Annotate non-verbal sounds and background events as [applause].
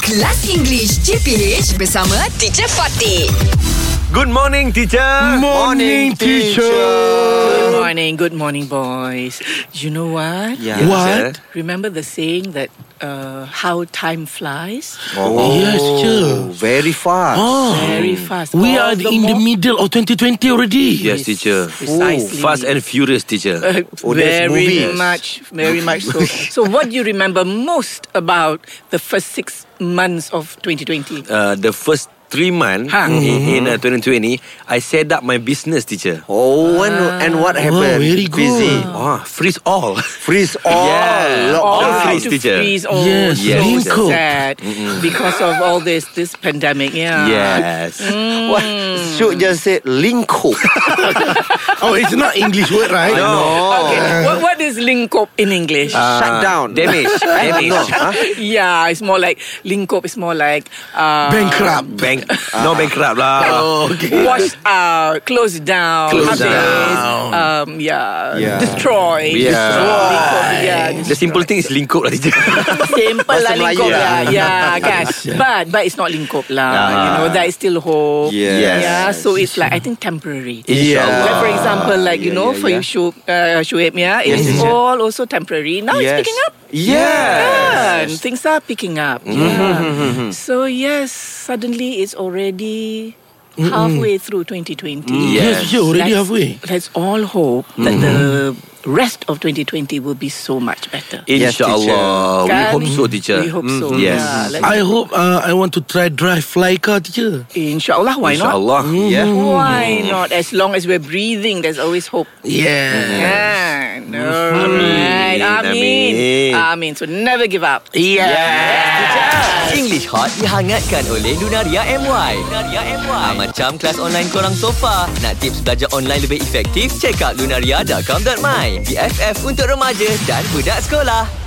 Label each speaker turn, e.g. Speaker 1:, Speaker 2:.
Speaker 1: Kelas English CPH bersama Teacher Fatih.
Speaker 2: Good morning, teacher.
Speaker 3: Morning,
Speaker 4: Good
Speaker 3: teacher.
Speaker 4: morning, good morning, boys. You know what?
Speaker 2: Yeah,
Speaker 3: What?
Speaker 2: teacher.
Speaker 4: Remember the saying that uh, how time flies?
Speaker 2: Oh,
Speaker 3: Yes, teacher.
Speaker 2: Very fast.
Speaker 3: Ah,
Speaker 4: Very fast.
Speaker 3: we are
Speaker 4: All
Speaker 3: in the
Speaker 4: more-
Speaker 3: middle of 2020 already.
Speaker 2: Yes, teacher.
Speaker 4: Precisely.
Speaker 2: Fast and furious, teacher.
Speaker 4: Uh,
Speaker 2: Oh, there's
Speaker 4: very
Speaker 2: movies.
Speaker 4: much, very much so. so, what do you remember most about the first six months of 2020?
Speaker 2: Uh, the first three months
Speaker 4: Ha.
Speaker 2: in, in uh, 2020, I set up my business, teacher.
Speaker 3: Oh,
Speaker 2: And, and what
Speaker 3: Wow,
Speaker 2: happened?
Speaker 3: very good.
Speaker 2: Busy. Ah, freeze all.
Speaker 3: Freeze all.
Speaker 2: yeah. All
Speaker 4: all had
Speaker 2: freeze,
Speaker 4: to
Speaker 2: teacher.
Speaker 4: freeze. Oh,
Speaker 3: Yes,
Speaker 2: yes.
Speaker 4: so sad [laughs] because of all this this pandemic. Yeah.
Speaker 2: Yes.
Speaker 5: What? Should just said linko.
Speaker 3: Mm. [laughs] Oh, it's not English word, right?
Speaker 4: Okay. What, what is linkop in English?
Speaker 5: Shut
Speaker 2: Ah,
Speaker 5: down.
Speaker 2: Damage. Damage.
Speaker 4: [laughs]
Speaker 2: Ah.
Speaker 4: Yeah, it's more like Linkop is more like uh,
Speaker 3: Bankrupt.
Speaker 2: Bank. no bankrupt lah.
Speaker 4: [laughs] washed out, closed down,
Speaker 2: Closed
Speaker 4: habis,
Speaker 3: down.
Speaker 4: Um, yeah,
Speaker 5: Yeah.
Speaker 4: destroyed.
Speaker 2: Yeah.
Speaker 4: Lingkop, yeah.
Speaker 2: The simple thing is lingkup lah, teacher.
Speaker 4: Simple lah
Speaker 5: Bahasa Melayu
Speaker 4: lingkop
Speaker 5: lah.
Speaker 4: lah
Speaker 5: [laughs]
Speaker 4: Yeah kan But but it's not lingkop lah You know That is still hope
Speaker 5: Yes.
Speaker 4: Yeah So it's like I think temporary
Speaker 2: Inshallah.
Speaker 4: Like for example Like you
Speaker 5: Yeah,
Speaker 4: know
Speaker 5: yeah,
Speaker 4: For you
Speaker 5: yeah.
Speaker 4: Shu uh, Shuib yeah, It is all also temporary Now it's picking up
Speaker 5: Yes. Mm-hmm.
Speaker 4: And things are picking up. Yeah. So yes, suddenly it's already halfway through 2020.
Speaker 3: Yes, teacher, already
Speaker 4: Let's-
Speaker 3: halfway. Mm-hmm.
Speaker 4: Let's all hope that the rest of 2020 will be so much better.
Speaker 5: Yes, teacher.
Speaker 2: Inshallah. Eh, we
Speaker 4: Kan?
Speaker 2: hope so, teacher.
Speaker 4: We hope so.
Speaker 2: Mm, Yes.
Speaker 4: Yeah, let's-
Speaker 3: I hope uh, I want to try drive fly car, ya. teacher.
Speaker 4: Inshallah, why not?
Speaker 2: Inshallah. Yeah.
Speaker 4: Why not? As long as we're breathing, there's always hope.
Speaker 3: Yeah.
Speaker 4: Kan?
Speaker 2: Mm-hmm.
Speaker 4: Alright.
Speaker 2: Amin.
Speaker 4: Amin. Amin. So never give up.
Speaker 6: English Hot dihangatkan oleh Lunaria MY. Lunaria MY. Ha, macam kelas online korang sofa. Nak tips belajar online lebih efektif? Check out lunaria.com.my. BFF untuk remaja dan budak sekolah.